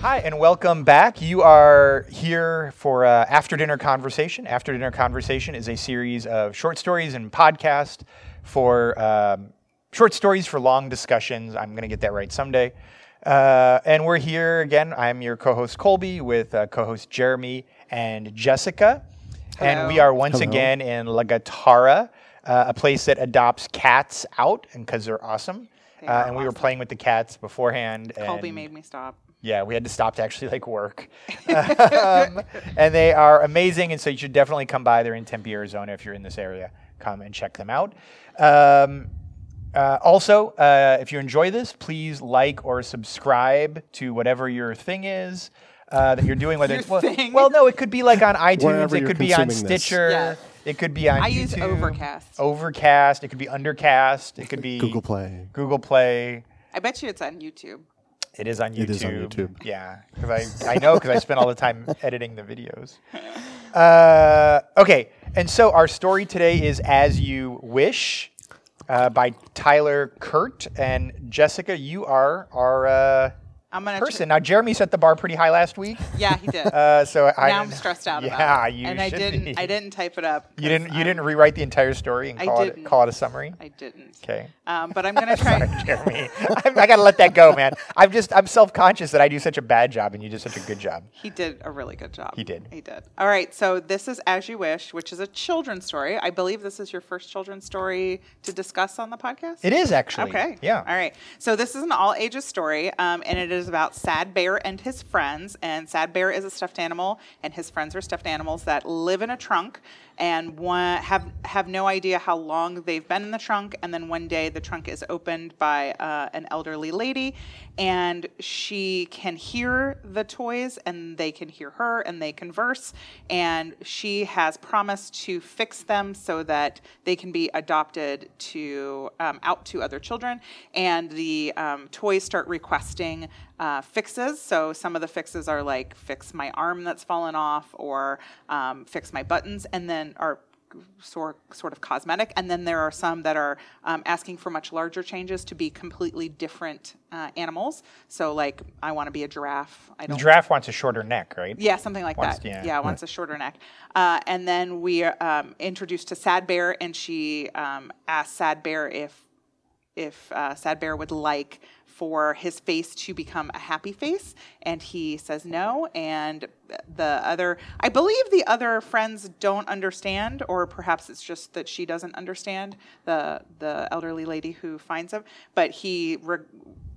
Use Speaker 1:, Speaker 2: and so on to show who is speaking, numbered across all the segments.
Speaker 1: Hi, and welcome back. You are here for uh, After Dinner Conversation. After Dinner Conversation is a series of short stories and podcast for um, short stories for long discussions. I'm going to get that right someday. Uh, and we're here again. I'm your co host Colby with uh, co host Jeremy and Jessica. And we are once again in La Guitarra, uh, a place that adopts cats out and because they're awesome. uh, and we were playing with the cats beforehand.
Speaker 2: Colby
Speaker 1: and-
Speaker 2: made me stop.
Speaker 1: yeah, we had to stop to actually like work. um, and they are amazing, and so you should definitely come by. They're in Tempe, Arizona. If you're in this area, come and check them out. Um, uh, also, uh, if you enjoy this, please like or subscribe to whatever your thing is uh, that you're doing. Whether
Speaker 2: Your
Speaker 1: it's well,
Speaker 2: thing.
Speaker 1: well, no, it could be like on iTunes.
Speaker 3: Wherever
Speaker 1: It
Speaker 3: you're
Speaker 1: could be on
Speaker 3: consuming this.
Speaker 1: Stitcher.
Speaker 2: Yeah.
Speaker 1: It could be on.
Speaker 2: I use
Speaker 1: YouTube,
Speaker 2: Overcast.
Speaker 1: Overcast. It could be Undercast. It could be
Speaker 3: Google Play.
Speaker 1: Google Play.
Speaker 2: I bet you it's on YouTube.
Speaker 1: It is on YouTube.
Speaker 3: It is on YouTube.
Speaker 1: Yeah, because I, I know because I spend all the time editing the videos. Uh, okay, and so our story today is "As You Wish" uh, by Tyler Kurt and Jessica. You are our uh,
Speaker 2: I'm gonna. tr-
Speaker 1: person now. Jeremy set the bar pretty high last week,
Speaker 2: yeah, he did.
Speaker 1: uh, so I,
Speaker 2: now I'm stressed out
Speaker 1: yeah,
Speaker 2: about it.
Speaker 1: you
Speaker 2: and I
Speaker 1: should
Speaker 2: didn't.
Speaker 1: be.
Speaker 2: I didn't type it up.
Speaker 1: You
Speaker 2: 'cause
Speaker 1: didn't. You
Speaker 2: I'm-
Speaker 1: didn't rewrite the entire story and
Speaker 2: I
Speaker 1: call it
Speaker 2: didn't.
Speaker 1: call it a summary.
Speaker 2: I didn't.
Speaker 1: Okay.
Speaker 2: Um, but I'm gonna try.
Speaker 1: Jeremy, I, I gotta let that go, man. I'm just I'm self conscious that I do such a bad job and you do such a good job.
Speaker 2: He did a really good job.
Speaker 1: He did.
Speaker 2: He did. All right. So this is As You Wish, which is a children's story. I believe this is your first children's story to discuss on the podcast.
Speaker 1: It is actually.
Speaker 2: Okay.
Speaker 1: Yeah.
Speaker 2: All right. So this is an all ages story, um, and it is about Sad Bear and his friends. And Sad Bear is a stuffed animal, and his friends are stuffed animals that live in a trunk and one, have have no idea how long they've been in the trunk. And then one day, the trunk is opened by uh, an elderly lady, and she can hear the toys, and they can hear her, and they converse. And she has promised to fix them so that they can be adopted to um, out to other children, and the um, toys start requesting uh, fixes. So some of the fixes are like fix my arm that's fallen off, or um, fix my buttons, and then are sort sort of cosmetic. And then there are some that are um, asking for much larger changes to be completely different uh, animals. So like I want to be a giraffe. I
Speaker 1: The
Speaker 2: don't
Speaker 1: giraffe wants a shorter neck, right?
Speaker 2: yeah, something like
Speaker 1: Wants-
Speaker 2: that.
Speaker 1: yeah.
Speaker 2: Yeah, wants a shorter neck. Uh, and then we are um, introduced to Sad Bear, and she um, asked Sad Bear if if uh, Sad Bear would like for his face to become a happy face, and he says no. And the other, I believe the other friends don't understand, or perhaps it's just that she doesn't understand the the elderly lady who finds him. But he. Re-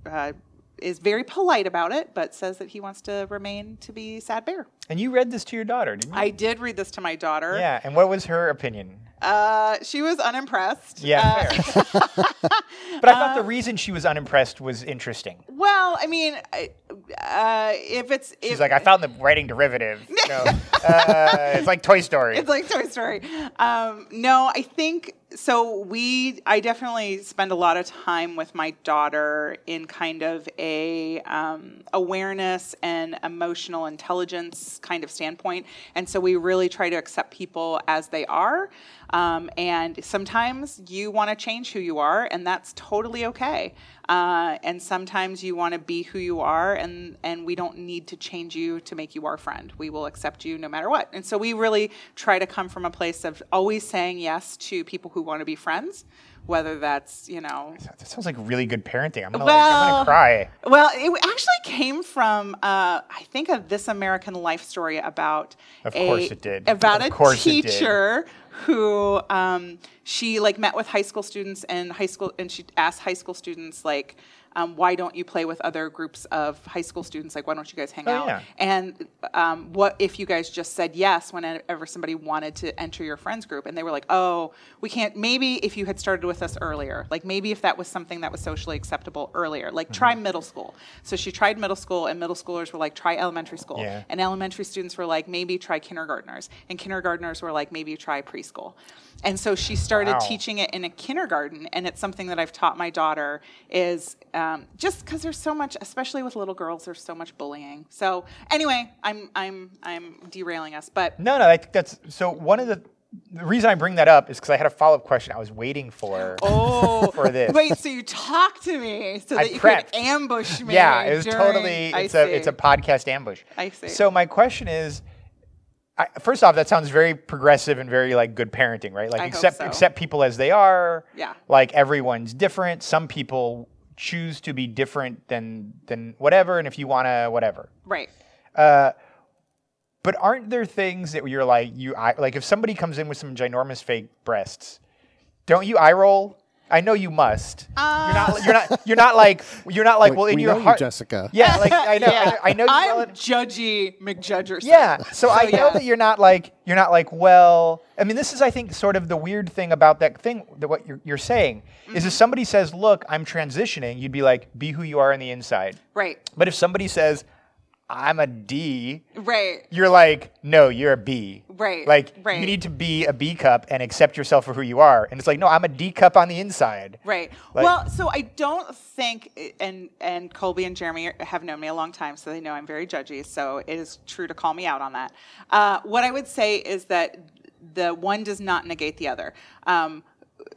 Speaker 2: uh, is very polite about it, but says that he wants to remain to be Sad Bear.
Speaker 1: And you read this to your daughter, didn't you?
Speaker 2: I did read this to my daughter.
Speaker 1: yeah. And what was her opinion?
Speaker 2: Uh, she was unimpressed. Uh,
Speaker 1: Yeah. fair. but I thought the reason she was unimpressed was interesting.
Speaker 2: well, I mean, I- uh, if it's
Speaker 1: She's
Speaker 2: if,
Speaker 1: like, I found the writing derivative. you know, uh, it's like Toy Story.
Speaker 2: it's like Toy Story. Um, no, I think so. We, I definitely spend a lot of time with my daughter in kind of a um, awareness and emotional intelligence kind of standpoint, and so we really try to accept people as they are. Um, and sometimes you want to change who you are, and that's totally okay. Uh, and sometimes you want to be who you are, and and we don't need to change you to make you our friend. We will accept you no matter what. And so we really try to come from a place of always saying yes to people who want to be friends, whether that's you know
Speaker 1: that sounds like really good parenting. I'm gonna, like, I'm
Speaker 2: well,
Speaker 1: gonna cry.
Speaker 2: Well, it actually came from uh, I think a This American Life story about
Speaker 1: Of
Speaker 2: a-
Speaker 1: course it did.
Speaker 2: about
Speaker 1: Of
Speaker 2: a
Speaker 1: course it did.
Speaker 2: teacher who um, she like met with high school students and high school and she asked high school students like. Um, why don't you play with other groups of high school students? Like, why don't you guys hang
Speaker 1: Oh,
Speaker 2: out?
Speaker 1: yeah.
Speaker 2: And um, what if you guys just said yes whenever somebody wanted to enter your friends group? And they were like, oh, we can't. Maybe if you had started with us earlier, like maybe if that was something that was socially acceptable earlier, like try middle school. So she tried middle school, and middle schoolers were like, try elementary school.
Speaker 1: Yeah.
Speaker 2: And elementary students were like, maybe try kindergartners. And kindergartners were like, maybe try preschool. And so she started
Speaker 1: Wow.
Speaker 2: teaching it in a kindergarten, and it's something that I've taught my daughter is um, just because there's so much, especially with little girls, there's so much bullying. So anyway, I'm I'm I'm derailing us, but
Speaker 1: No, no, I think that's so. One of the the reason I bring that up is because I had a follow up question I was waiting for.
Speaker 2: Oh,
Speaker 1: For this.
Speaker 2: Wait, so you talk to me so
Speaker 1: I
Speaker 2: that you
Speaker 1: prepped.
Speaker 2: could ambush me?
Speaker 1: yeah, it was
Speaker 2: during-
Speaker 1: totally.
Speaker 2: I
Speaker 1: It's a it's
Speaker 2: see.
Speaker 1: a podcast ambush.
Speaker 2: I see.
Speaker 1: So my question is, I, first off, that sounds very progressive and very like good parenting, right? Like
Speaker 2: I hope
Speaker 1: accept
Speaker 2: so.
Speaker 1: accept people as they are.
Speaker 2: Yeah.
Speaker 1: Like everyone's different. Some people choose to be different than than whatever, and if you wanna whatever.
Speaker 2: right.
Speaker 1: But aren't there things that you're like you I, like if somebody comes in with some ginormous fake breasts, don't you eye roll? I know you must. you're not. You're not. You're not like. You're not like.
Speaker 3: We-
Speaker 1: well, in
Speaker 3: we
Speaker 1: your
Speaker 3: know you,
Speaker 1: heart,
Speaker 3: Jessica.
Speaker 1: Yeah, like I know. I, I know you. well
Speaker 2: I'm
Speaker 1: and-
Speaker 2: judgy McJudgerson.
Speaker 1: yeah. So I know
Speaker 2: yeah.
Speaker 1: that you're not like. You're not like. Well, I mean, this is I think sort of the weird thing about that thing that what you're, you're saying is if somebody says, "Look, I'm transitioning," you'd be like, "Be who you are on the inside."
Speaker 2: Right.
Speaker 1: But if somebody says, "I'm a D,"
Speaker 2: Right.
Speaker 1: you're like, no, you're a B.
Speaker 2: Right,
Speaker 1: Like
Speaker 2: right.
Speaker 1: you need to be a B cup and accept yourself for who you are. And it's like, no, I'm a D cup on the inside.
Speaker 2: Right.
Speaker 1: Like-
Speaker 2: well, so I don't think, and and Colby and Jeremy are- have known me a long time, so they know I'm very judgy. So it is true to call me out on that. Uh, what I would say is that the one does not negate the other. Um,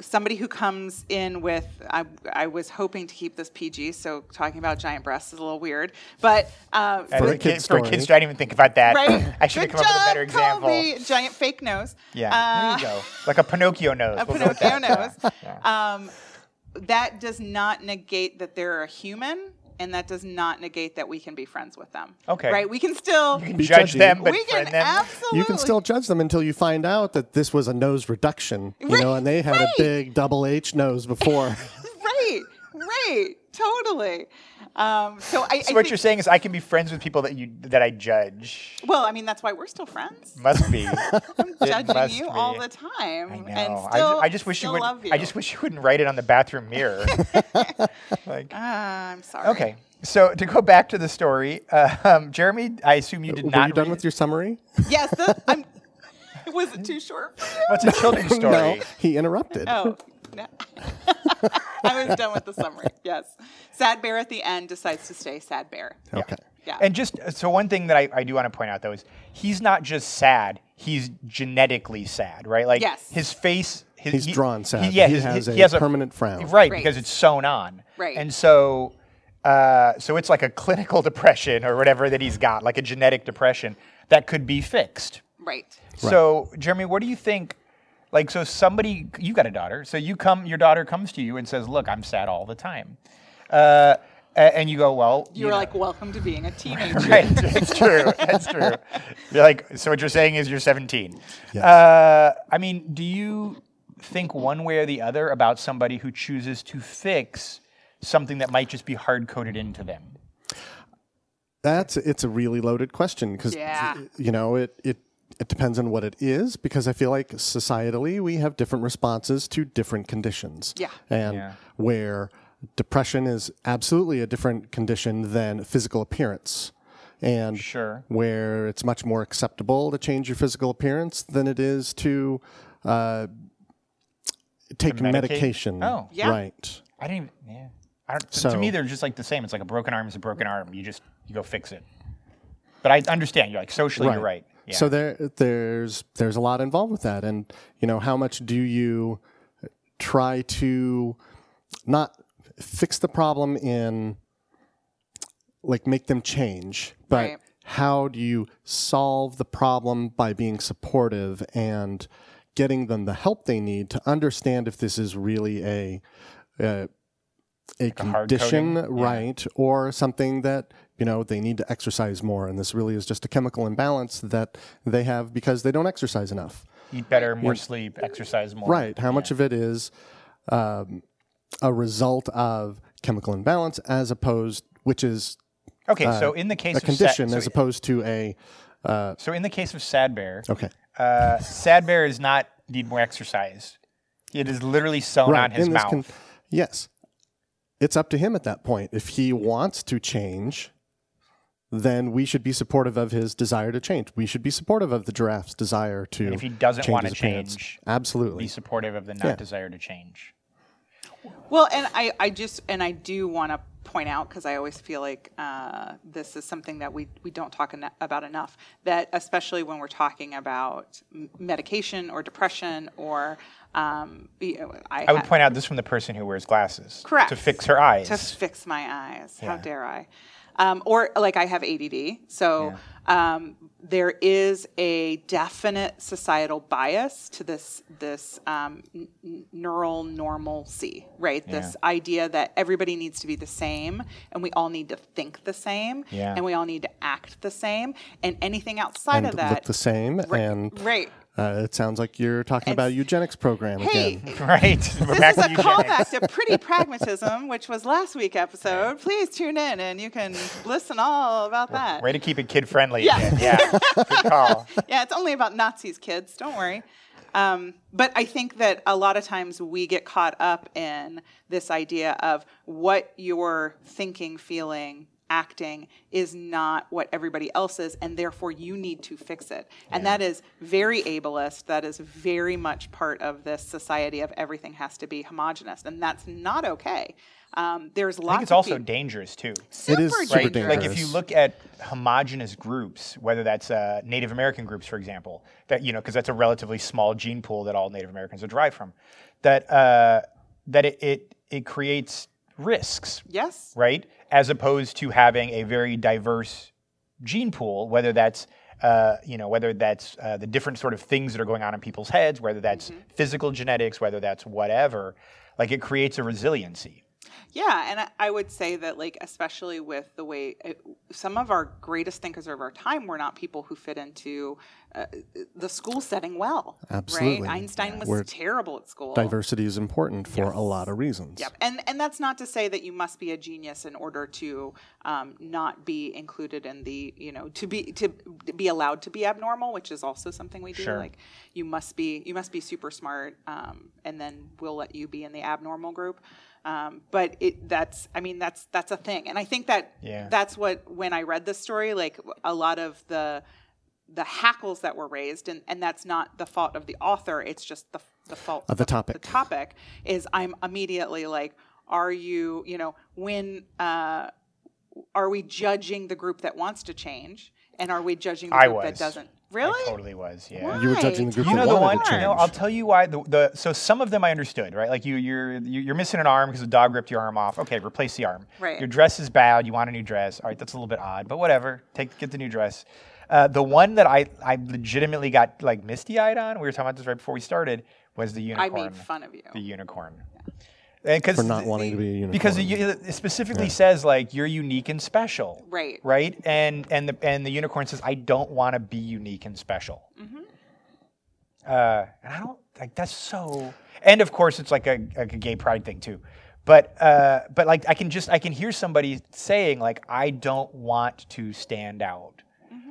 Speaker 2: somebody who comes in with, I, I was hoping to keep this PG, so talking about giant breasts is a little weird, but uh,
Speaker 1: And
Speaker 3: For
Speaker 1: the
Speaker 3: a kid's
Speaker 1: for a
Speaker 3: story.
Speaker 1: kid's story, I didn't even think about that.
Speaker 2: right.
Speaker 1: I should have
Speaker 2: Good
Speaker 1: come up with a
Speaker 2: job,
Speaker 1: better example.
Speaker 2: Colby. Giant fake nose.
Speaker 1: Yeah,
Speaker 2: Uh,
Speaker 1: there you go. Like a Pinocchio nose.
Speaker 2: a
Speaker 1: We'll go with
Speaker 2: Pinocchio
Speaker 1: that.
Speaker 2: nose. Um, that does not negate that they're a human, and that does not negate that we can be friends with them.
Speaker 1: Okay.
Speaker 2: Right? We can still.
Speaker 1: You can
Speaker 3: Be
Speaker 1: judge
Speaker 3: judgy.
Speaker 1: them, but
Speaker 2: we can
Speaker 1: friend them.
Speaker 2: absolutely.
Speaker 3: You can still judge them until you find out that this was a nose reduction, you know,
Speaker 2: Right,
Speaker 3: and they had
Speaker 2: right.
Speaker 3: a big double H nose before.
Speaker 2: Right. Right. Totally. Um, so I.
Speaker 1: so
Speaker 2: I
Speaker 1: what
Speaker 2: think-
Speaker 1: you're saying is I can be friends with people that you that I judge.
Speaker 2: Well, I mean, that's why we're still friends.
Speaker 1: Must be.
Speaker 2: I'm
Speaker 1: must
Speaker 2: judging you all
Speaker 1: be.
Speaker 2: the time,
Speaker 1: I know.
Speaker 2: and
Speaker 1: I,
Speaker 2: still,
Speaker 1: ju- I just wish you
Speaker 2: still
Speaker 1: would.
Speaker 2: love you.
Speaker 1: I just wish you wouldn't write it on the bathroom mirror. like,
Speaker 2: Ah, I'm sorry.
Speaker 1: Okay. So to go back to the story, uh, um, Jeremy, I assume you did
Speaker 3: Uh, Were
Speaker 1: not.
Speaker 3: you done
Speaker 1: read-
Speaker 3: with your summary?
Speaker 2: Yes. The, I'm. Was it too short? for you?
Speaker 1: What's a children's story?
Speaker 3: no, he interrupted.
Speaker 2: Oh, no. I was done with the summary. Yes. Sad Bear at the end decides to stay Sad Bear.
Speaker 3: Okay.
Speaker 2: Yeah.
Speaker 1: And just so one thing that I, I do want to point out though is he's not just sad; he's genetically sad, right? Like
Speaker 2: Yes.
Speaker 1: his face. His,
Speaker 3: He's drawn sad.
Speaker 1: yeah,
Speaker 3: He
Speaker 1: his-
Speaker 3: has
Speaker 1: he
Speaker 3: a
Speaker 1: has a
Speaker 3: permanent frown.
Speaker 1: Right,
Speaker 2: Right.
Speaker 1: because it's sewn on.
Speaker 2: Right.
Speaker 1: And so, uh, so it's like a clinical depression or whatever that he's got, like a genetic depression that could be fixed.
Speaker 2: right.
Speaker 1: So, Jeremy, what do you think? Like, so somebody, you got a daughter. So you come, your daughter comes to you and says, "Look, I'm sad all the time," uh, a- and you go, "Well,
Speaker 2: You were
Speaker 1: know-
Speaker 2: like, welcome to being a teenager.
Speaker 1: right? It's true. That's true." You're like, so what you're saying is you're 17.
Speaker 3: Yes.
Speaker 1: Uh, I mean, do you think one way or the other about somebody who chooses to fix something that might just be hard coded into them?
Speaker 3: That's it's a really loaded question because
Speaker 2: Yeah.
Speaker 3: you know it it it depends on what it is because I feel like societally we have different responses to different conditions.
Speaker 2: Yeah.
Speaker 3: and
Speaker 1: Yeah.
Speaker 3: where depression is absolutely a different condition than physical appearance, and
Speaker 1: Sure.
Speaker 3: where it's much more acceptable to change your physical appearance than it is to uh, take
Speaker 1: medicate?
Speaker 3: medication.
Speaker 1: Oh.
Speaker 2: Yeah.
Speaker 3: right.
Speaker 1: I didn't. Even, yeah. I don't, to- to
Speaker 3: So-
Speaker 1: me, they're just like the same. It's like a broken arm is a broken arm. You just you go fix it. But I understand. You're like socially, you're right. Yeah.
Speaker 3: So there, there's there's a lot involved with that, and you know how much do you try to not fix the problem in like make them change, but
Speaker 2: Right.
Speaker 3: how do you solve the problem by being supportive and getting them the help they need to understand if this is really a a, a
Speaker 1: hard
Speaker 3: condition,
Speaker 1: coding?
Speaker 3: right, or something that you know they need to exercise more, and this really is just a chemical imbalance that they have because they don't exercise enough.
Speaker 1: eat better, more sleep, exercise more.
Speaker 3: Right. How much of it is um, a result of chemical imbalance as opposed, which is
Speaker 1: Okay. so in the case
Speaker 3: Uh, a
Speaker 1: of
Speaker 3: condition
Speaker 1: Sa-
Speaker 3: as
Speaker 1: so,
Speaker 3: opposed to a.
Speaker 1: so in the case of Sad Bear,
Speaker 3: Okay.
Speaker 1: uh, Sad Bear is not need more exercise. It is literally sewn on his
Speaker 3: in this
Speaker 1: mouth.
Speaker 3: con- yes. It's up to him at that point. If he wants to change, then we should be supportive of his desire to change. We should be supportive of the giraffe's desire to.
Speaker 1: if he doesn't
Speaker 3: change
Speaker 1: wanna
Speaker 3: his appearance.
Speaker 1: change,
Speaker 3: absolutely.
Speaker 1: Be supportive of the not desire to change.
Speaker 2: Well, and I, I just, and I do want to point out because I always feel like uh, this is something that we, we don't talk eno- about enough. That especially when we're talking about m- medication or depression or um, you know, I,
Speaker 1: I would
Speaker 2: ha-
Speaker 1: point out this from the person who wears glasses.
Speaker 2: Correct.
Speaker 1: To fix her eyes.
Speaker 2: to fix my eyes. How
Speaker 1: Yeah.
Speaker 2: dare I? Um, or like I have ADD, so um, there is a definite societal bias to this this um, n- n- neural normalcy, right? This idea that everybody needs to be the same, and we all need to think the same,
Speaker 1: Yeah.
Speaker 2: and we all need to act the same, and anything outside
Speaker 3: and
Speaker 2: of
Speaker 3: look
Speaker 2: that,
Speaker 3: the same. And
Speaker 2: right?
Speaker 3: uh, it sounds like you're talking about a eugenics program
Speaker 2: Hey,
Speaker 3: again.
Speaker 1: right. We're back
Speaker 2: this is
Speaker 1: to
Speaker 2: a
Speaker 1: eugenics.
Speaker 2: callback to Pretty Pragmatism, which was last week episode. Please tune in and you can listen all about that.
Speaker 1: Way to keep it kid friendly.
Speaker 2: Yeah.
Speaker 1: Again. Yeah. Good call.
Speaker 2: Yeah, it's only about Nazis, kids. Don't worry. Um, but I think that a lot of times we get caught up in this idea of what you're thinking, feeling, acting is not what everybody else is, and therefore you need to fix it. And that is very ableist. That is very much part of this society of everything has to be homogenous, and that's not okay. Um, there's lots.
Speaker 1: I think it's
Speaker 2: of
Speaker 1: also
Speaker 2: peop-
Speaker 1: dangerous too.
Speaker 3: It is super
Speaker 1: right?
Speaker 3: dangerous.
Speaker 1: Like if you look at homogenous groups, whether that's uh, Native American groups, for example, that you know, because that's a relatively small gene pool that all Native Americans are derived from, that uh, that it, it it creates risks,
Speaker 2: Yes.
Speaker 1: right? As opposed to having a very diverse gene pool, whether that's uh, you know whether that's uh, the different sort of things that are going on in people's heads, whether that's
Speaker 2: Mm-hmm.
Speaker 1: physical genetics, whether that's whatever, like it creates a resiliency.
Speaker 2: Yeah, and I, I would say that, like, especially with the way uh, some of our greatest thinkers of our time were not people who fit into uh, the school setting well.
Speaker 3: Absolutely.
Speaker 2: Right? Einstein was
Speaker 3: We're-
Speaker 2: terrible at school.
Speaker 3: Diversity is important for a lot of reasons.
Speaker 2: Yep. And and that's not to say that you must be a genius in order to um, not be included in the you know to be to be allowed to be abnormal, which is also something we do.
Speaker 1: Sure.
Speaker 2: Like you must be you must be super smart, um, and then we'll let you be in the abnormal group. Um, but it that's I mean that's that's a thing, and I think that
Speaker 1: Yeah.
Speaker 2: that's what when I read this story, like a lot of the the hackles that were raised, and, and that's not the fault of the author. It's just the, the fault
Speaker 3: Of the topic.
Speaker 2: The topic is I'm immediately like, are you, you know, when uh, are we judging the group that wants to change, and are we judging the
Speaker 1: I
Speaker 2: group that
Speaker 1: was.
Speaker 2: doesn't? Really?
Speaker 1: It totally was, yeah.
Speaker 2: Why?
Speaker 3: You were judging the group
Speaker 2: You
Speaker 1: You
Speaker 3: that
Speaker 1: know the one.
Speaker 3: wanted to
Speaker 1: You
Speaker 3: change.
Speaker 1: know, I'll tell you why. The, the so some of them I understood, right? Like you, you're you- you're missing an arm because the dog ripped your arm off. Okay, replace the arm.
Speaker 2: Right.
Speaker 1: Your dress is bad. You want a new dress. All right, that's a little bit odd, but whatever. Take get the new dress. Uh, the one that I I legitimately got like misty eyed on. We were talking about this right before we started. Was the
Speaker 2: I
Speaker 1: unicorn?
Speaker 2: made fun of you.
Speaker 1: the unicorn. And 'cause
Speaker 3: For not
Speaker 1: the-
Speaker 3: wanting to be a
Speaker 1: Because
Speaker 3: unicorn.
Speaker 1: it u- it specifically says like you're unique and special.
Speaker 2: Right.
Speaker 1: Right. And and the and the unicorn says I don't want to be unique and special. Uh, and I don't like that's so. And of course, it's like a, like a gay pride thing too. But uh, but like I can just I can hear somebody saying like I don't want to stand out.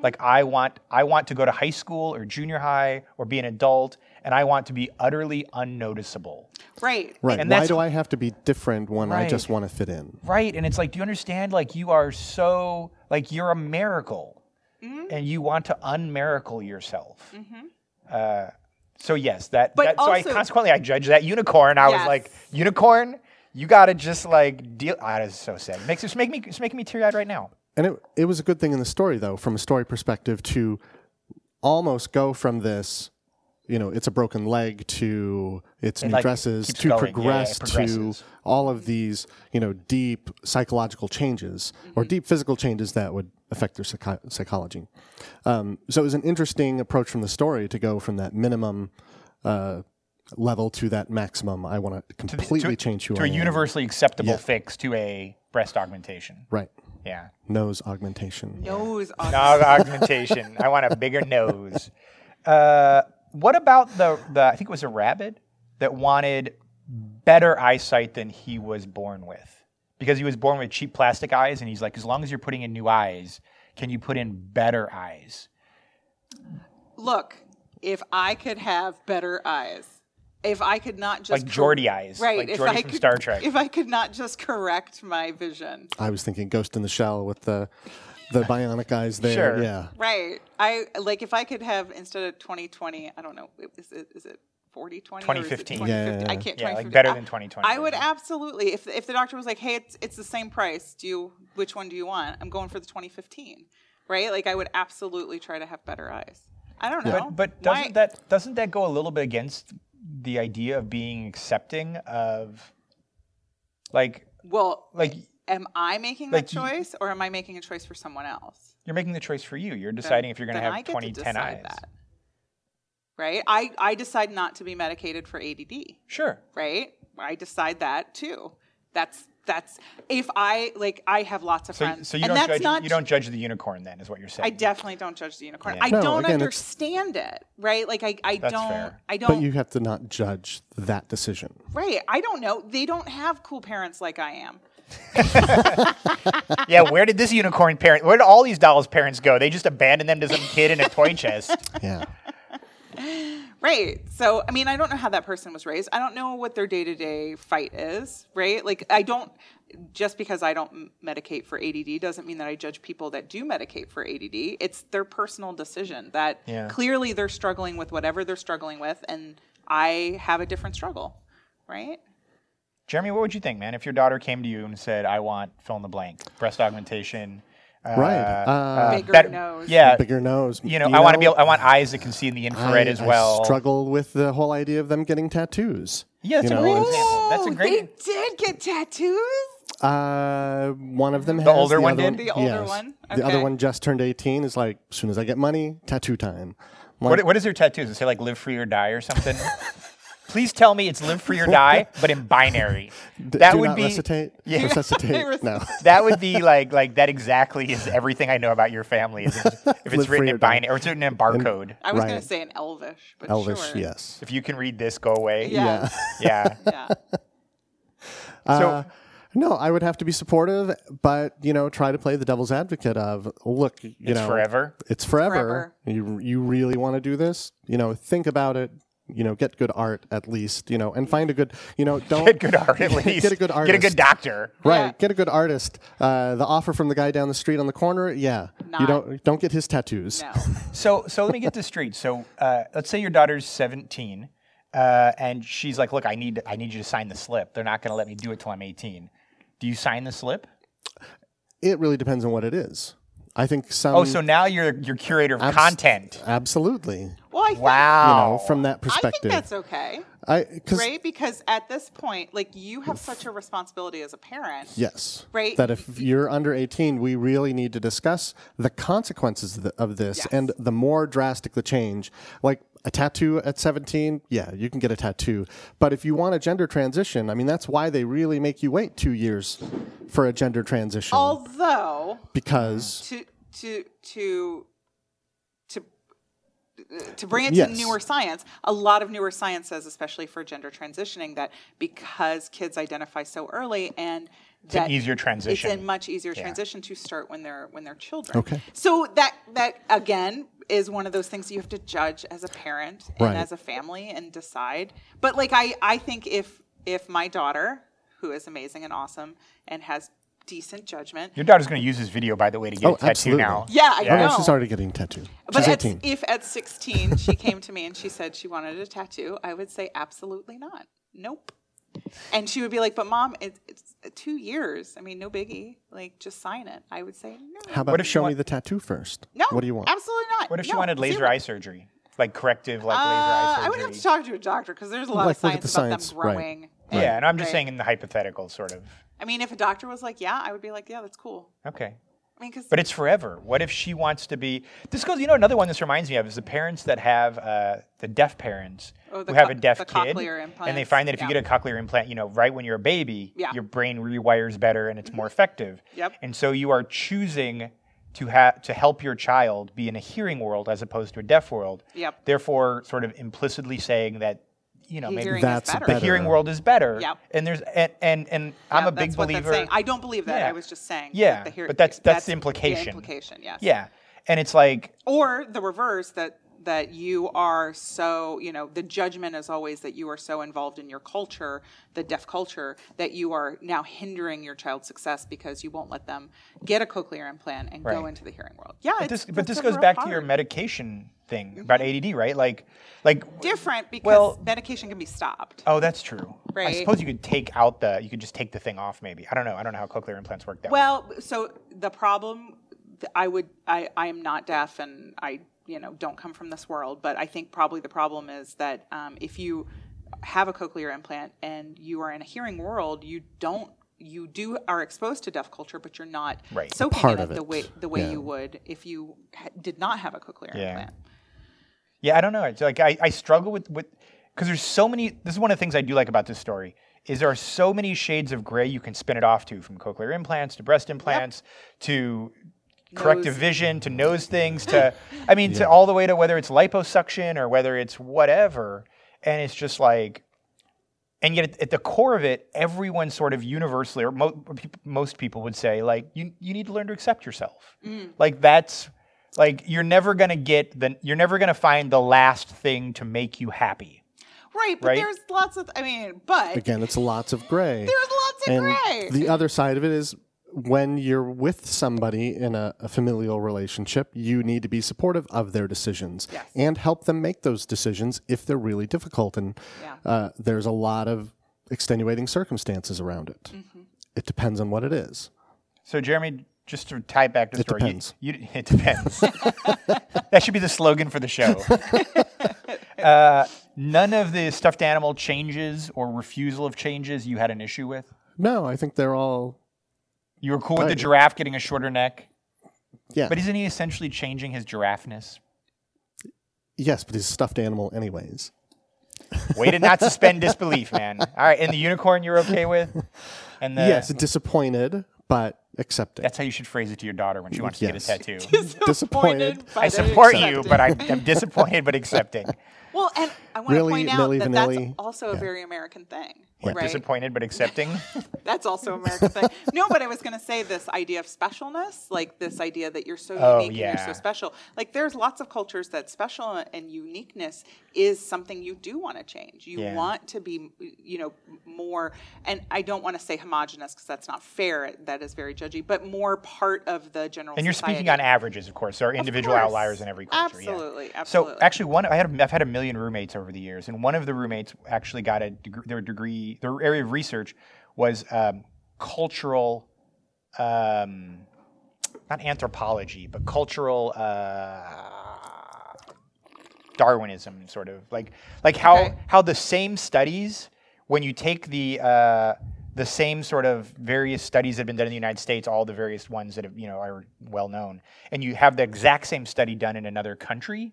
Speaker 1: Like I want I want to go to high school or junior high or be an adult, and I want to be utterly unnoticeable.
Speaker 2: Right.
Speaker 3: Right.
Speaker 1: and
Speaker 3: Why
Speaker 1: that's-
Speaker 3: do I have to be different when I
Speaker 1: Right.
Speaker 3: just want to fit in?
Speaker 1: Right. And it's like, do you understand? Like, you are so, like, you're a miracle
Speaker 2: Mm-hmm.
Speaker 1: and you want to unmiracle yourself. Uh, so, yes, that,
Speaker 2: But
Speaker 1: that so I
Speaker 2: also-
Speaker 1: consequently, I judged that unicorn. I was
Speaker 2: Yes.
Speaker 1: like, unicorn, you got to just like deal. Ah, that is so sad. It makes it's make me, it's making me teary eyed right now.
Speaker 3: And it, it was a good thing in the story, though, from a story perspective, to almost go from this, you know, it's a broken leg to it's new
Speaker 1: like,
Speaker 3: dresses
Speaker 1: keeps
Speaker 3: to
Speaker 1: going. Yeah, yeah,
Speaker 3: progress
Speaker 1: it
Speaker 3: to
Speaker 1: progresses.
Speaker 3: all of these, you know, deep psychological changes
Speaker 1: Mm-hmm.
Speaker 3: or deep physical changes that would affect their psycho- psychology. Um, so it was an interesting approach from the story to go from that minimum. Uh, level to that maximum i want to completely change who
Speaker 1: to
Speaker 3: I
Speaker 1: a
Speaker 3: am.
Speaker 1: universally acceptable fix to a breast augmentation.
Speaker 3: right
Speaker 1: Yeah.
Speaker 3: nose augmentation
Speaker 2: Nose on
Speaker 1: Dog augmentation. I want a bigger nose. Uh, what about the, the, I think it was a rabbit that wanted better eyesight than he was born with? Because he was born with cheap plastic eyes, and he's like, as long as you're putting in new eyes, can you put in better eyes?
Speaker 2: Look, if I could have better eyes, if I could not just
Speaker 1: Like Geordie eyes,
Speaker 2: right?
Speaker 1: like
Speaker 2: if
Speaker 1: Geordie
Speaker 2: I
Speaker 1: from
Speaker 2: could,
Speaker 1: Star Trek.
Speaker 2: If I could not just correct my vision,
Speaker 3: I was thinking Ghost in the Shell with the the bionic eyes there.
Speaker 1: Sure.
Speaker 3: Yeah.
Speaker 2: right? I like if I could have instead of 2020, I don't know, is it is it 40, 20,
Speaker 1: 2015.
Speaker 2: Or is it 2015?
Speaker 3: Yeah.
Speaker 2: I can't.
Speaker 1: Yeah, like
Speaker 2: 2015.
Speaker 1: better
Speaker 2: I-
Speaker 1: than 2020.
Speaker 2: I would absolutely. If if the doctor was like, "Hey, it's it's the same price. Do you which one do you want?" I'm going for the 2015, right? Like I would absolutely try to have better eyes. I don't know.
Speaker 1: But, but
Speaker 2: Why-
Speaker 1: doesn't that doesn't that go a little bit against the idea of being accepting of like
Speaker 2: well,
Speaker 1: like
Speaker 2: am I making
Speaker 1: like,
Speaker 2: the choice, or am I making a choice for someone else?
Speaker 1: you're making the choice for you. You're deciding if you're going
Speaker 2: Then
Speaker 1: to
Speaker 2: I
Speaker 1: have
Speaker 2: get
Speaker 1: 20
Speaker 2: to
Speaker 1: 10 eyes.
Speaker 2: decide that, right? I I decide not to be medicated for ADD.
Speaker 1: Sure.
Speaker 2: right? I decide that too. That's that's if I like I have lots of
Speaker 1: So,
Speaker 2: friends.
Speaker 1: so you
Speaker 2: and
Speaker 1: don't
Speaker 2: that's
Speaker 1: judge
Speaker 2: not
Speaker 1: you don't judge the unicorn then is what you're saying.
Speaker 2: I definitely don't judge the unicorn.
Speaker 1: Yeah.
Speaker 2: I
Speaker 3: No,
Speaker 2: don't
Speaker 3: again, it's-
Speaker 2: understand it, right? Like I, I
Speaker 1: That's
Speaker 2: don't
Speaker 1: fair.
Speaker 2: I don't
Speaker 3: But you have to not judge that decision.
Speaker 2: right. I don't know. They don't have cool parents like I am.
Speaker 1: yeah, where did this unicorn parent where did all these dolls parents go? They just abandoned them to some kid in a toy chest.
Speaker 3: Yeah.
Speaker 2: Right. So, I mean, I don't know how that person was raised. I don't know what their day to day fight is, right? Like, I don't, just because I don't m- medicate for ADD doesn't mean that I judge people that do medicate for ADD. It's their personal decision that
Speaker 1: Yeah.
Speaker 2: clearly they're struggling with whatever they're struggling with, and I have a different struggle, right?
Speaker 1: Jeremy, what would you think, man, if your daughter came to you and said, "I want fill in the blank, breast augmentation, uh,
Speaker 3: Right.
Speaker 1: uh,
Speaker 3: Uh,
Speaker 2: Bigger
Speaker 1: better-
Speaker 2: nose.
Speaker 1: yeah,
Speaker 3: bigger nose.
Speaker 1: you know, I want to be, able, I want eyes that can see in the infrared
Speaker 3: I-
Speaker 1: as
Speaker 3: I
Speaker 1: well.
Speaker 3: struggle with the whole idea of them getting tattoos.
Speaker 1: Yeah, that's
Speaker 3: You
Speaker 1: a
Speaker 3: know,
Speaker 1: great
Speaker 3: it's-
Speaker 1: example. That's a
Speaker 2: Ooh,
Speaker 1: great.
Speaker 2: Oh, They did get tattoos.
Speaker 3: Uh, one of them. The
Speaker 1: older one
Speaker 3: other
Speaker 1: did?
Speaker 2: The older
Speaker 3: yes.
Speaker 2: one?
Speaker 3: The other
Speaker 2: Okay.
Speaker 3: one just turned eighteen. Is like, as soon as I get money, tattoo time. I'm
Speaker 1: What,
Speaker 3: like,
Speaker 1: what is your tattoo? Does it say like "Live Free or Die" or something? Please tell me it's "Live Free or Die," but in binary.
Speaker 3: "D-
Speaker 1: That
Speaker 3: do
Speaker 1: would
Speaker 3: not
Speaker 1: be
Speaker 3: resuscitate. Resuscitate. no.
Speaker 1: that would be like like that exactly is everything I know about your family. Is if it's, if it's written
Speaker 3: Live free
Speaker 1: in
Speaker 3: or die.
Speaker 1: binary or it's written in barcode.
Speaker 2: I was
Speaker 3: Right.
Speaker 2: going to say an elvish, but
Speaker 3: Elvish.
Speaker 2: sure.
Speaker 3: Yes.
Speaker 1: If you can read this, go away.
Speaker 2: Yeah.
Speaker 1: Yeah.
Speaker 2: Yeah.
Speaker 1: So
Speaker 3: Uh, no, I would have to be supportive, but you know, try to play the devil's advocate of look, you
Speaker 1: it's
Speaker 3: know,
Speaker 1: forever.
Speaker 3: It's forever.
Speaker 2: Forever.
Speaker 3: You you really want to do this? You know, think about it. You know, get good art at least. You know, and find a good. You know, don't
Speaker 1: Get good art at least.
Speaker 3: Get a good
Speaker 1: Get a good
Speaker 3: artist.
Speaker 1: doctor.
Speaker 3: Right,
Speaker 2: Yeah.
Speaker 3: get a good artist. Uh, the offer from the guy down the street on the corner, yeah. You
Speaker 2: Not.
Speaker 3: don't don't get his tattoos.
Speaker 2: No.
Speaker 1: So, so let me get this straight. So, uh, let's say your daughter's 17, uh, and she's like, "Look, I need, I need you to sign the slip. They're not going to let me do it till I'm 18." Do you sign the slip?
Speaker 3: It really depends on what it is. I think some.
Speaker 1: Oh, so now you're your curator of
Speaker 3: Mm. abs-
Speaker 1: content.
Speaker 3: Absolutely.
Speaker 2: Well, I think
Speaker 1: Wow.
Speaker 3: You know, from that
Speaker 2: I think
Speaker 3: perspective,
Speaker 2: that's okay,
Speaker 3: I because
Speaker 2: right? Because at this point, like you have such a responsibility as a parent.
Speaker 3: yes,
Speaker 2: Right.
Speaker 3: That if you're under 18, we really need to discuss the consequences of, the, of this,
Speaker 2: Yes.
Speaker 3: and the more drastic the change, like. A tattoo at 17, yeah, you can get a tattoo. But if you want a gender transition, I mean, that's why they really make you wait two years for a gender transition.
Speaker 2: Although
Speaker 3: because
Speaker 2: to to to to to bring it
Speaker 3: Yes.
Speaker 2: to newer science, a lot of newer science says, especially for gender transitioning, that because kids identify so early and
Speaker 1: an
Speaker 2: that
Speaker 1: easier transition.
Speaker 2: It's a much easier transition to start when they're when they're children. Okay. So that that again is one of those things you have to judge as a parent and
Speaker 3: Right.
Speaker 2: as a family and decide. But like I I think if if my daughter, who is amazing and awesome and has decent judgment,
Speaker 1: Your daughter's going to use this video, by the way, to get
Speaker 3: Oh,
Speaker 1: a tattoo
Speaker 3: absolutely.
Speaker 1: now.
Speaker 2: yeah, I
Speaker 3: Oh,
Speaker 2: know.
Speaker 3: no, she's already getting tattooed.
Speaker 2: but e
Speaker 3: she's
Speaker 2: at,
Speaker 3: 18.
Speaker 2: if at 16 she came to me and she said she wanted a tattoo, I would say absolutely not. Nope. And she would be like, "But mom, it, it's uh, two years. I mean, no biggie. Like, just sign it." I would say, "No,
Speaker 3: How about
Speaker 1: What if she
Speaker 3: show me
Speaker 1: want-
Speaker 3: the tattoo first?
Speaker 2: no,
Speaker 3: What do you want?
Speaker 2: Absolutely not."
Speaker 1: What if she
Speaker 2: No,
Speaker 1: wanted laser
Speaker 2: zero.
Speaker 1: eye surgery, like corrective, like laser
Speaker 2: Uh,
Speaker 1: eye surgery?
Speaker 2: I would have to talk to a doctor because there's a lot
Speaker 3: Like,
Speaker 2: of
Speaker 3: look at
Speaker 2: science
Speaker 3: the
Speaker 2: about
Speaker 3: science,
Speaker 2: them
Speaker 3: right.
Speaker 2: growing.
Speaker 1: Yeah, and I'm just
Speaker 2: Right.
Speaker 1: saying in the hypothetical sort of.
Speaker 2: I mean, if a doctor was like, "Yeah," I would be like, "Yeah, that's cool."
Speaker 1: Okay.
Speaker 2: I mean, because
Speaker 1: But it's forever. What if she wants to be? This goes. You know, another one this reminds me of is the parents that have uh, the deaf parents
Speaker 2: Oh, the
Speaker 1: who have
Speaker 2: co-
Speaker 1: a deaf
Speaker 2: the
Speaker 1: kid, and
Speaker 2: cochlear
Speaker 1: they
Speaker 2: implants.
Speaker 1: find that if you
Speaker 2: Yeah.
Speaker 1: get a cochlear implant, you know, right when you're a baby,
Speaker 2: Yeah. Mm-hmm.
Speaker 1: your brain rewires better and it's more effective.
Speaker 2: Yep.
Speaker 1: And so you are choosing to have to help your child be in a hearing world as opposed to a deaf world.
Speaker 2: Yep.
Speaker 1: Therefore, sort of implicitly saying that, you know,
Speaker 2: your
Speaker 1: maybe
Speaker 2: hearing
Speaker 3: That's
Speaker 2: is better.
Speaker 1: the
Speaker 3: better.
Speaker 1: hearing world is better.
Speaker 2: Yep.
Speaker 1: And there's and and, and I'm
Speaker 2: Yeah,
Speaker 1: a big
Speaker 2: that's what that's
Speaker 1: believer.
Speaker 2: saying. I don't believe that.
Speaker 1: Yeah.
Speaker 2: I was just saying. that
Speaker 1: Yeah,
Speaker 2: the hear-
Speaker 1: but that's- that's the implication.
Speaker 2: implication, yes.
Speaker 1: yeah. And it's like
Speaker 2: Or the reverse that that you are so you know the judgment is always that you are so involved in your culture the deaf culture that you are now hindering your child's success because you won't let them get a cochlear implant and go
Speaker 1: Right.
Speaker 2: into the hearing world yeah
Speaker 1: But this,
Speaker 2: it's,
Speaker 1: but
Speaker 2: it's
Speaker 1: this
Speaker 2: a
Speaker 1: goes
Speaker 2: real
Speaker 1: back to your
Speaker 2: hard-
Speaker 1: medication
Speaker 2: Mm-hmm.
Speaker 1: thing about ADD, right? Like, like.
Speaker 2: different because
Speaker 1: Well-
Speaker 2: medication can be stopped
Speaker 1: Oh, that's true. I
Speaker 2: Right.
Speaker 1: suppose you could take out the, you could just take the thing off, maybe. I don't know. I don't know how cochlear implants work. That way.
Speaker 2: Well, so the problem, th- I would, I, I am not deaf, and I, you know, don't come from this world. But I think probably the problem is that um, if you have a cochlear implant and you are in a hearing world, you don't. You do are exposed to deaf culture, but you're not
Speaker 1: Right.
Speaker 2: soaking
Speaker 3: Part
Speaker 2: in it,
Speaker 3: of
Speaker 2: the
Speaker 3: it.
Speaker 2: way the way
Speaker 3: Yeah.
Speaker 2: you would if you ha- did not have a cochlear
Speaker 1: Yeah.
Speaker 2: implant.
Speaker 1: Yeah, I don't know. It's like I, I struggle with with because there's so many. This is one of the things I do like about this story is there are so many shades of gray you can spin it off to, from cochlear implants to breast implants to corrective
Speaker 2: Nose.
Speaker 1: vision to nose things to I mean to all the way to whether it's liposuction or whether it's whatever. And it's just like and yet at, at the core of it everyone sort of universally or mo- or peop- most people would say like you, you need to learn to accept yourself like that's like you're never going to get the you're never going to find the last thing to make you happy
Speaker 2: Right, but
Speaker 1: Right.
Speaker 2: there's lots of. I mean, but
Speaker 3: Again, it's lots of gray.
Speaker 2: there's lots of
Speaker 3: and
Speaker 2: gray.
Speaker 3: the other side of it is when you're with somebody in a, a familial relationship, you need to be supportive of their decisions
Speaker 2: Yes.
Speaker 3: and help them make those decisions if they're really difficult. And
Speaker 2: Yeah.
Speaker 3: uh, there's a lot of extenuating circumstances around it.
Speaker 2: Mm-hmm.
Speaker 3: It depends on what it is.
Speaker 1: so jeremy just to tie it back to the
Speaker 3: It
Speaker 1: story you- You,
Speaker 3: depends.
Speaker 1: it depends that should be the slogan for the show uh, none of the stuffed animal changes or refusal of changes you had an issue with
Speaker 3: No, I think they're all
Speaker 1: you were cool with the
Speaker 3: Right.
Speaker 1: giraffe getting a shorter neck
Speaker 3: yeah.
Speaker 1: but isn't he essentially changing his giraffeness
Speaker 3: yes, but he's a stuffed animal anyways.
Speaker 1: Way to not suspend disbelief, man. All right, and the unicorn you're okay with, and the
Speaker 3: yes, disappointed but accepting.
Speaker 1: that's how you should phrase it to your daughter when she wants
Speaker 3: Yes.
Speaker 1: to get a tattoo.
Speaker 3: disappointed.
Speaker 2: but
Speaker 1: I support you, but I'm, I'm disappointed but accepting.
Speaker 2: Well, and I want
Speaker 3: Really,
Speaker 2: to point out
Speaker 3: Milli
Speaker 2: that
Speaker 3: Vanilli?
Speaker 2: that's also a very American thing,
Speaker 1: What,
Speaker 2: right?
Speaker 1: Disappointed but accepting.
Speaker 2: That's also an American thing. No, but I was going to say this idea of specialness, like this idea that you're so
Speaker 1: Oh,
Speaker 2: unique and
Speaker 1: yeah.
Speaker 2: you're so special. Like there's lots of cultures that special and uniqueness is something you do want to change. You
Speaker 1: Yeah.
Speaker 2: want to be, you know, more. And I don't want to say homogenous because that's not fair. That is very judgy, but more part of the general.
Speaker 1: And you're speaking on averages, of course. There are individual
Speaker 2: course.
Speaker 1: outliers in every culture. yeah.
Speaker 2: Absolutely,
Speaker 1: So
Speaker 2: absolutely.
Speaker 1: actually, one I had I've had a million roommates over the years, and one of the roommates actually got a deg- their degree. Their area of research was um, cultural, um, not anthropology, but cultural. Uh, Darwinism, sort of like like how
Speaker 2: Okay.
Speaker 1: how the same studies when you take the uh, the same sort of various studies that have been done in the United States, all the various ones that have, you know are well known, and you have the exact same study done in another country.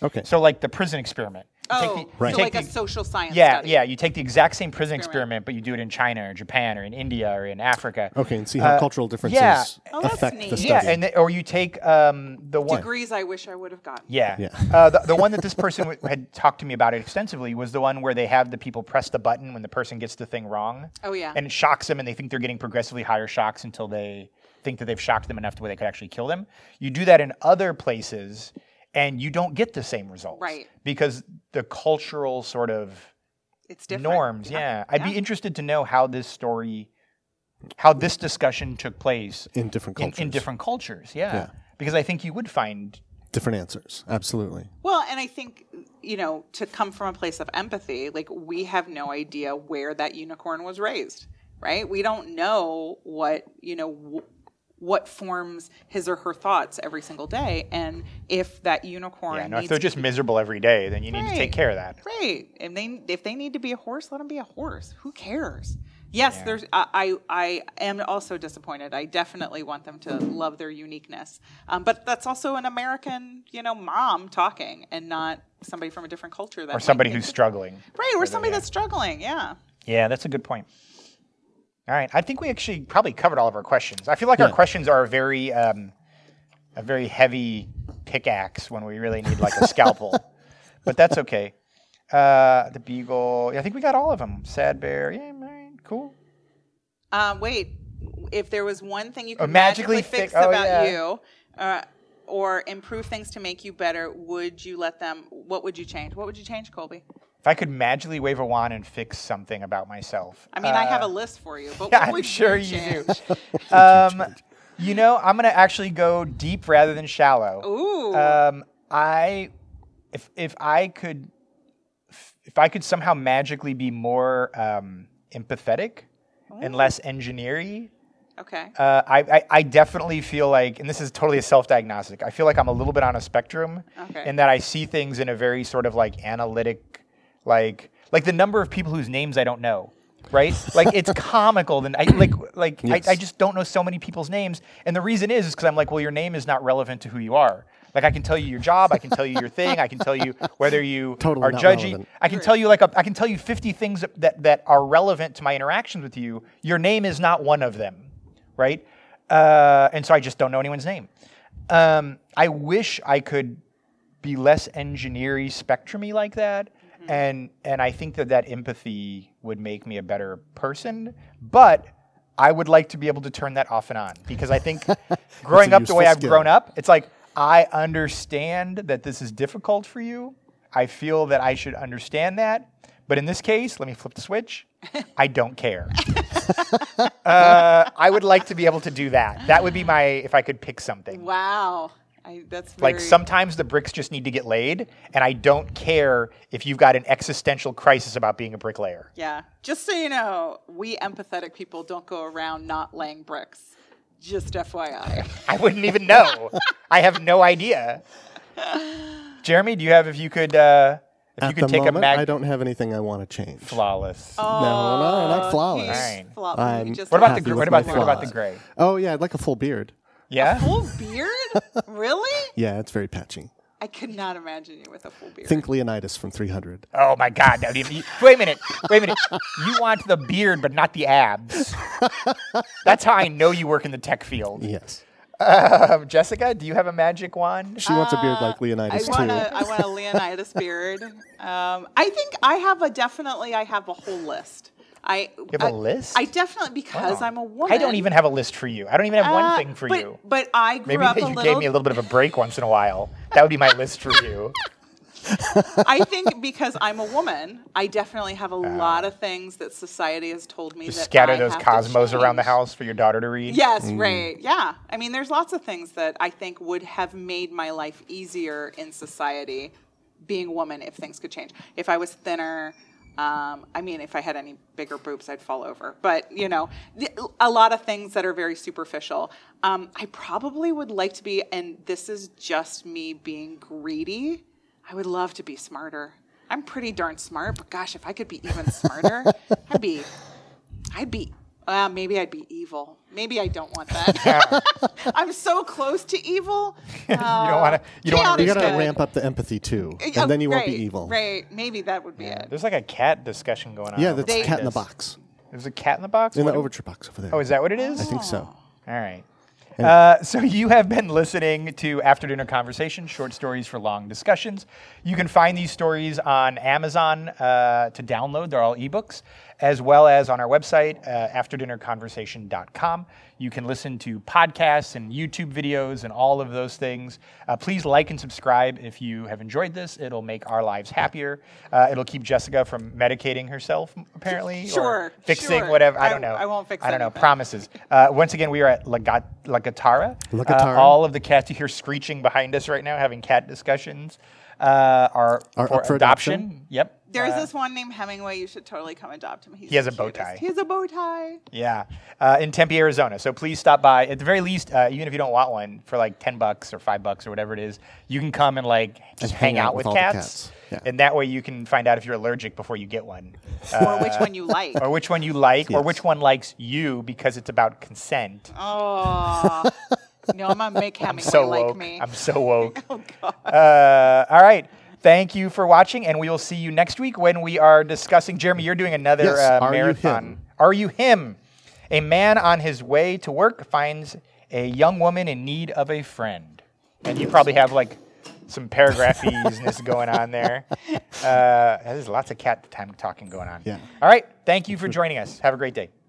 Speaker 3: Okay.
Speaker 1: So like the prison experiment. You take
Speaker 2: Oh,
Speaker 1: the- you
Speaker 2: so
Speaker 1: take
Speaker 2: like a
Speaker 1: the-
Speaker 2: social science
Speaker 1: yeah,
Speaker 2: study.
Speaker 1: yeah. You take the exact same prison experiment, but you do it in China or Japan or in India or in Africa.
Speaker 3: Okay, and see how cultural differences
Speaker 1: Uh, yeah.
Speaker 2: Oh, that's
Speaker 3: affect
Speaker 2: neat.
Speaker 3: the study.
Speaker 1: Yeah, and th- or you take um, the one
Speaker 2: Degrees I wish I would have gotten.
Speaker 1: yeah.
Speaker 3: Yeah.
Speaker 1: Uh, the, the one that this person w- had talked to me about extensively was the one where they have the people press the button when the person gets the thing wrong.
Speaker 2: Oh, yeah.
Speaker 1: And it shocks them, and they think they're getting progressively higher shocks until they think that they've shocked them enough to where they could actually kill them. You do that in other places, and you don't get the same results.
Speaker 2: Right.
Speaker 1: Because the cultural sort of
Speaker 2: It's different.
Speaker 1: norms. Yeah. I'd be
Speaker 2: yeah.
Speaker 1: interested to know how this story, how this discussion took place
Speaker 3: in different
Speaker 1: in,
Speaker 3: cultures,
Speaker 1: in different cultures. Yeah.
Speaker 3: Yeah.
Speaker 1: Because I think you would find.
Speaker 3: different answers. Absolutely.
Speaker 2: Well, and I think, you know, to come from a place of empathy, like we have no idea where that unicorn was raised, right? We don't know what, you know, wh- what forms his or her thoughts every single day. And if that unicorn
Speaker 1: Yeah, no, if
Speaker 2: needs
Speaker 1: they're just miserable every day, then you need to take
Speaker 2: Right.
Speaker 1: care of that.
Speaker 2: Right. And they if they need to be a horse, let them be a horse. Who cares? Yes, there's. I, I I am also disappointed. I definitely want them to love their uniqueness, um, but that's also an American, you know, mom talking, and not somebody from a different culture. That
Speaker 1: Or somebody who's struggling.
Speaker 2: right, or somebody that's struggling. Yeah.
Speaker 1: Yeah, that's a good point. All right, I think we actually probably covered all of our questions. I feel like our
Speaker 3: Yeah.
Speaker 1: questions are a very, um, a very heavy pickaxe when we really need like a scalpel, but that's okay. Uh, the beagle. yeah, I think we got all of them. Sad bear. Yeah, all right, cool.
Speaker 2: Um, wait, if there was one thing you could
Speaker 1: magically
Speaker 2: magically, fix
Speaker 1: fi- oh,
Speaker 2: about
Speaker 1: yeah.
Speaker 2: you, uh, or improve things to make you better, would you let them? What would you change? What would you change, Colby?
Speaker 1: If I could magically wave a wand and fix something about myself, Uh,
Speaker 2: I mean, I have a list for you, but
Speaker 1: yeah,
Speaker 2: what
Speaker 1: I'm
Speaker 2: would
Speaker 1: sure
Speaker 2: you
Speaker 1: you
Speaker 2: change?
Speaker 1: do. um, you know, I'm gonna actually go deep rather than shallow.
Speaker 2: Ooh,
Speaker 1: Um, I, if if I could, if I could somehow magically be more um, empathetic and less engineery,
Speaker 2: okay.
Speaker 1: uh, I, I I definitely feel like, and this is totally a self-diagnostic. I feel like I'm a little bit on a spectrum,
Speaker 2: Okay.
Speaker 1: in that I see things in a very sort of like analytic, like like the number of people whose names I don't know. Right, like it's comical. Then I like, like
Speaker 3: Yes.
Speaker 1: I, I just don't know so many people's names, and the reason is is because I'm like, well, your name is not relevant to who you are. Like I can tell you your job, I can tell you your thing, I can tell you whether you
Speaker 3: Totally
Speaker 1: are
Speaker 3: not
Speaker 1: judgy.
Speaker 3: relevant.
Speaker 1: I can tell you like a, I can tell you 50 things that, that that are relevant to my interactions with you. Your name is not one of them, right? Uh, and so I just don't know anyone's name. Um, I wish I could be less engineery spectrumy like that,
Speaker 3: Mm-hmm.
Speaker 1: and and I think that that empathy would make me a better person. But I would like to be able to turn that off and on because I think growing
Speaker 3: a
Speaker 1: up the way
Speaker 3: useful
Speaker 1: I've
Speaker 3: skill.
Speaker 1: grown up, it's like I understand that this is difficult for you. I feel that I should understand that. But in this case, let me flip the switch. I don't care. uh, I would like to be able to do that. That would be my if I could pick something.
Speaker 2: Wow, I, that's very,
Speaker 1: Like sometimes the bricks just need to get laid, and I don't care if you've got an existential crisis about being a bricklayer.
Speaker 2: Yeah, just so you know, we empathetic people don't go around not laying bricks. Just FYI.
Speaker 1: I wouldn't even know. I have no idea. Jeremy, do you have if you could uh, if you
Speaker 3: At
Speaker 1: could
Speaker 3: the
Speaker 1: take
Speaker 3: moment,
Speaker 1: a mag
Speaker 3: I don't have anything I want to change.
Speaker 1: flawless?
Speaker 2: Oh.
Speaker 3: No, no, not flawless.
Speaker 2: He's
Speaker 1: Alright.
Speaker 2: flop-
Speaker 3: I'm-
Speaker 2: he just-
Speaker 1: What about the
Speaker 3: happy
Speaker 1: gr-
Speaker 3: with
Speaker 1: what about
Speaker 3: my
Speaker 1: the, what about the
Speaker 3: flaws.
Speaker 1: gray?
Speaker 3: Oh yeah, I'd like a full beard.
Speaker 1: Yeah.
Speaker 2: full beard? really?
Speaker 3: Yeah, it's very patchy.
Speaker 2: I could not imagine you with a full beard.
Speaker 3: Think Leonidas from 300.
Speaker 1: Oh my God! Now, do you- wait a minute. Wait a minute. You want the beard, but not the abs. That's how I know you work in the tech field.
Speaker 3: Yes.
Speaker 1: Um, Jessica, do you have a magic wand?
Speaker 2: Uh,
Speaker 3: She wants a beard like
Speaker 2: I
Speaker 3: Leonidas
Speaker 2: want
Speaker 3: too.
Speaker 2: a, I want a Leonidas beard. Um, I think I have a definitely. I have a whole list. I
Speaker 1: You have a
Speaker 2: I-
Speaker 1: list?
Speaker 2: I definitely because I'm a woman.
Speaker 1: I don't even have a list for you. I don't even have
Speaker 2: Uh,
Speaker 1: one thing for
Speaker 2: but,
Speaker 1: you.
Speaker 2: But I grew
Speaker 1: Maybe
Speaker 2: up
Speaker 1: that
Speaker 2: a
Speaker 1: you
Speaker 2: little.
Speaker 1: gave me a little bit of a break once in a while. That would be my list for you.
Speaker 2: I think because I'm a woman, I definitely have a lot of things that society has told me that
Speaker 1: Uh. Scatter
Speaker 2: I
Speaker 1: those
Speaker 2: have to
Speaker 1: cosmos around the
Speaker 2: change.
Speaker 1: house for your daughter to read.
Speaker 2: Yes, right. Yeah. I mean, there's lots of things that I think would have made my life easier in society being a woman if things could change. If I was thinner, um, I mean, if I had any bigger boobs, I'd fall over. But, you know, th- a lot of things that are very superficial. Um, I probably would like to be, and this is just me being greedy, I would love to be smarter. I'm pretty darn smart, but gosh, if I could be even smarter, I'd be I'd be. Uh, maybe I'd be evil. Maybe I don't want that. I'm so close to evil. Uh,
Speaker 1: You don't want to. You don't want
Speaker 2: chaotic
Speaker 1: to.
Speaker 3: You gotta
Speaker 2: good.
Speaker 3: ramp up the empathy too, and
Speaker 2: oh,
Speaker 3: then you won't
Speaker 2: right,
Speaker 3: be evil.
Speaker 2: Right. Maybe that would be it.
Speaker 1: There's like a cat discussion going on.
Speaker 3: Yeah,
Speaker 1: over
Speaker 3: that's
Speaker 1: behind
Speaker 3: cat in the
Speaker 1: us.
Speaker 3: box
Speaker 1: There's a cat in the box.
Speaker 3: in
Speaker 1: What
Speaker 3: the
Speaker 1: do-
Speaker 3: overture box over there.
Speaker 1: oh, is that what it is?
Speaker 3: I think so.
Speaker 2: Oh.
Speaker 1: All right. Uh, so you have been listening to After Dinner Conversations, short stories for long discussions. You can find these stories on Amazon uh, to download. They're all ebooks, as well as on our website, uh, afterdinnerconversation.com. You can listen to podcasts and YouTube videos and all of those things. Uh, please like and subscribe if you have enjoyed this. It'll make our lives happier. Uh, it'll keep Jessica from medicating herself, apparently. or
Speaker 2: Sure,
Speaker 1: Fixing
Speaker 2: sure.
Speaker 1: whatever. I
Speaker 2: I-
Speaker 1: don't know.
Speaker 2: I won't fix
Speaker 1: I don't know.
Speaker 2: anything.
Speaker 1: Promises. Uh, once again, we are at Lagat- Lagatara.
Speaker 3: Lagatara.
Speaker 1: Uh, all of the cats you hear screeching behind us right now, having cat discussions, uh, are,
Speaker 3: Are
Speaker 1: for,
Speaker 3: up for
Speaker 1: adoption.
Speaker 3: adoption?
Speaker 1: Yep.
Speaker 2: There's
Speaker 1: Uh,
Speaker 2: this one named Hemingway. You should totally come adopt him. He's
Speaker 1: He has
Speaker 2: the
Speaker 1: a bow
Speaker 2: cutest.
Speaker 1: tie.
Speaker 2: He has a bow tie.
Speaker 1: yeah, uh, in Tempe, Arizona. So please stop by. At the very least, uh, even if you don't want one, for like ten bucks or five bucks or whatever it is, you can come and like just hang, out, with,
Speaker 3: all the
Speaker 1: cats,
Speaker 3: cats. Yeah.
Speaker 1: and that way you can find out if you're allergic before you get one. Uh,
Speaker 2: or which one you like.
Speaker 1: or which one you like, or
Speaker 3: Yes.
Speaker 1: which one likes you because it's about consent.
Speaker 2: Oh. no, I'm going to make Hemingway
Speaker 1: so
Speaker 2: like
Speaker 1: woke.
Speaker 2: me.
Speaker 1: I'm so woke. oh God. Uh, all right. Thank you for watching, and we will see you next week when we are discussing. Jeremy, you're doing another
Speaker 3: Yes,
Speaker 1: uh,
Speaker 3: Are You
Speaker 1: marathon.
Speaker 3: Him?
Speaker 1: Are you him? A man on his way to work finds a young woman in need of a friend, and you probably have like some paragraphiesness going on there. Uh, there's lots of cat time talking going on.
Speaker 3: Yeah.
Speaker 1: All right. Thank you for joining us. Have a great day.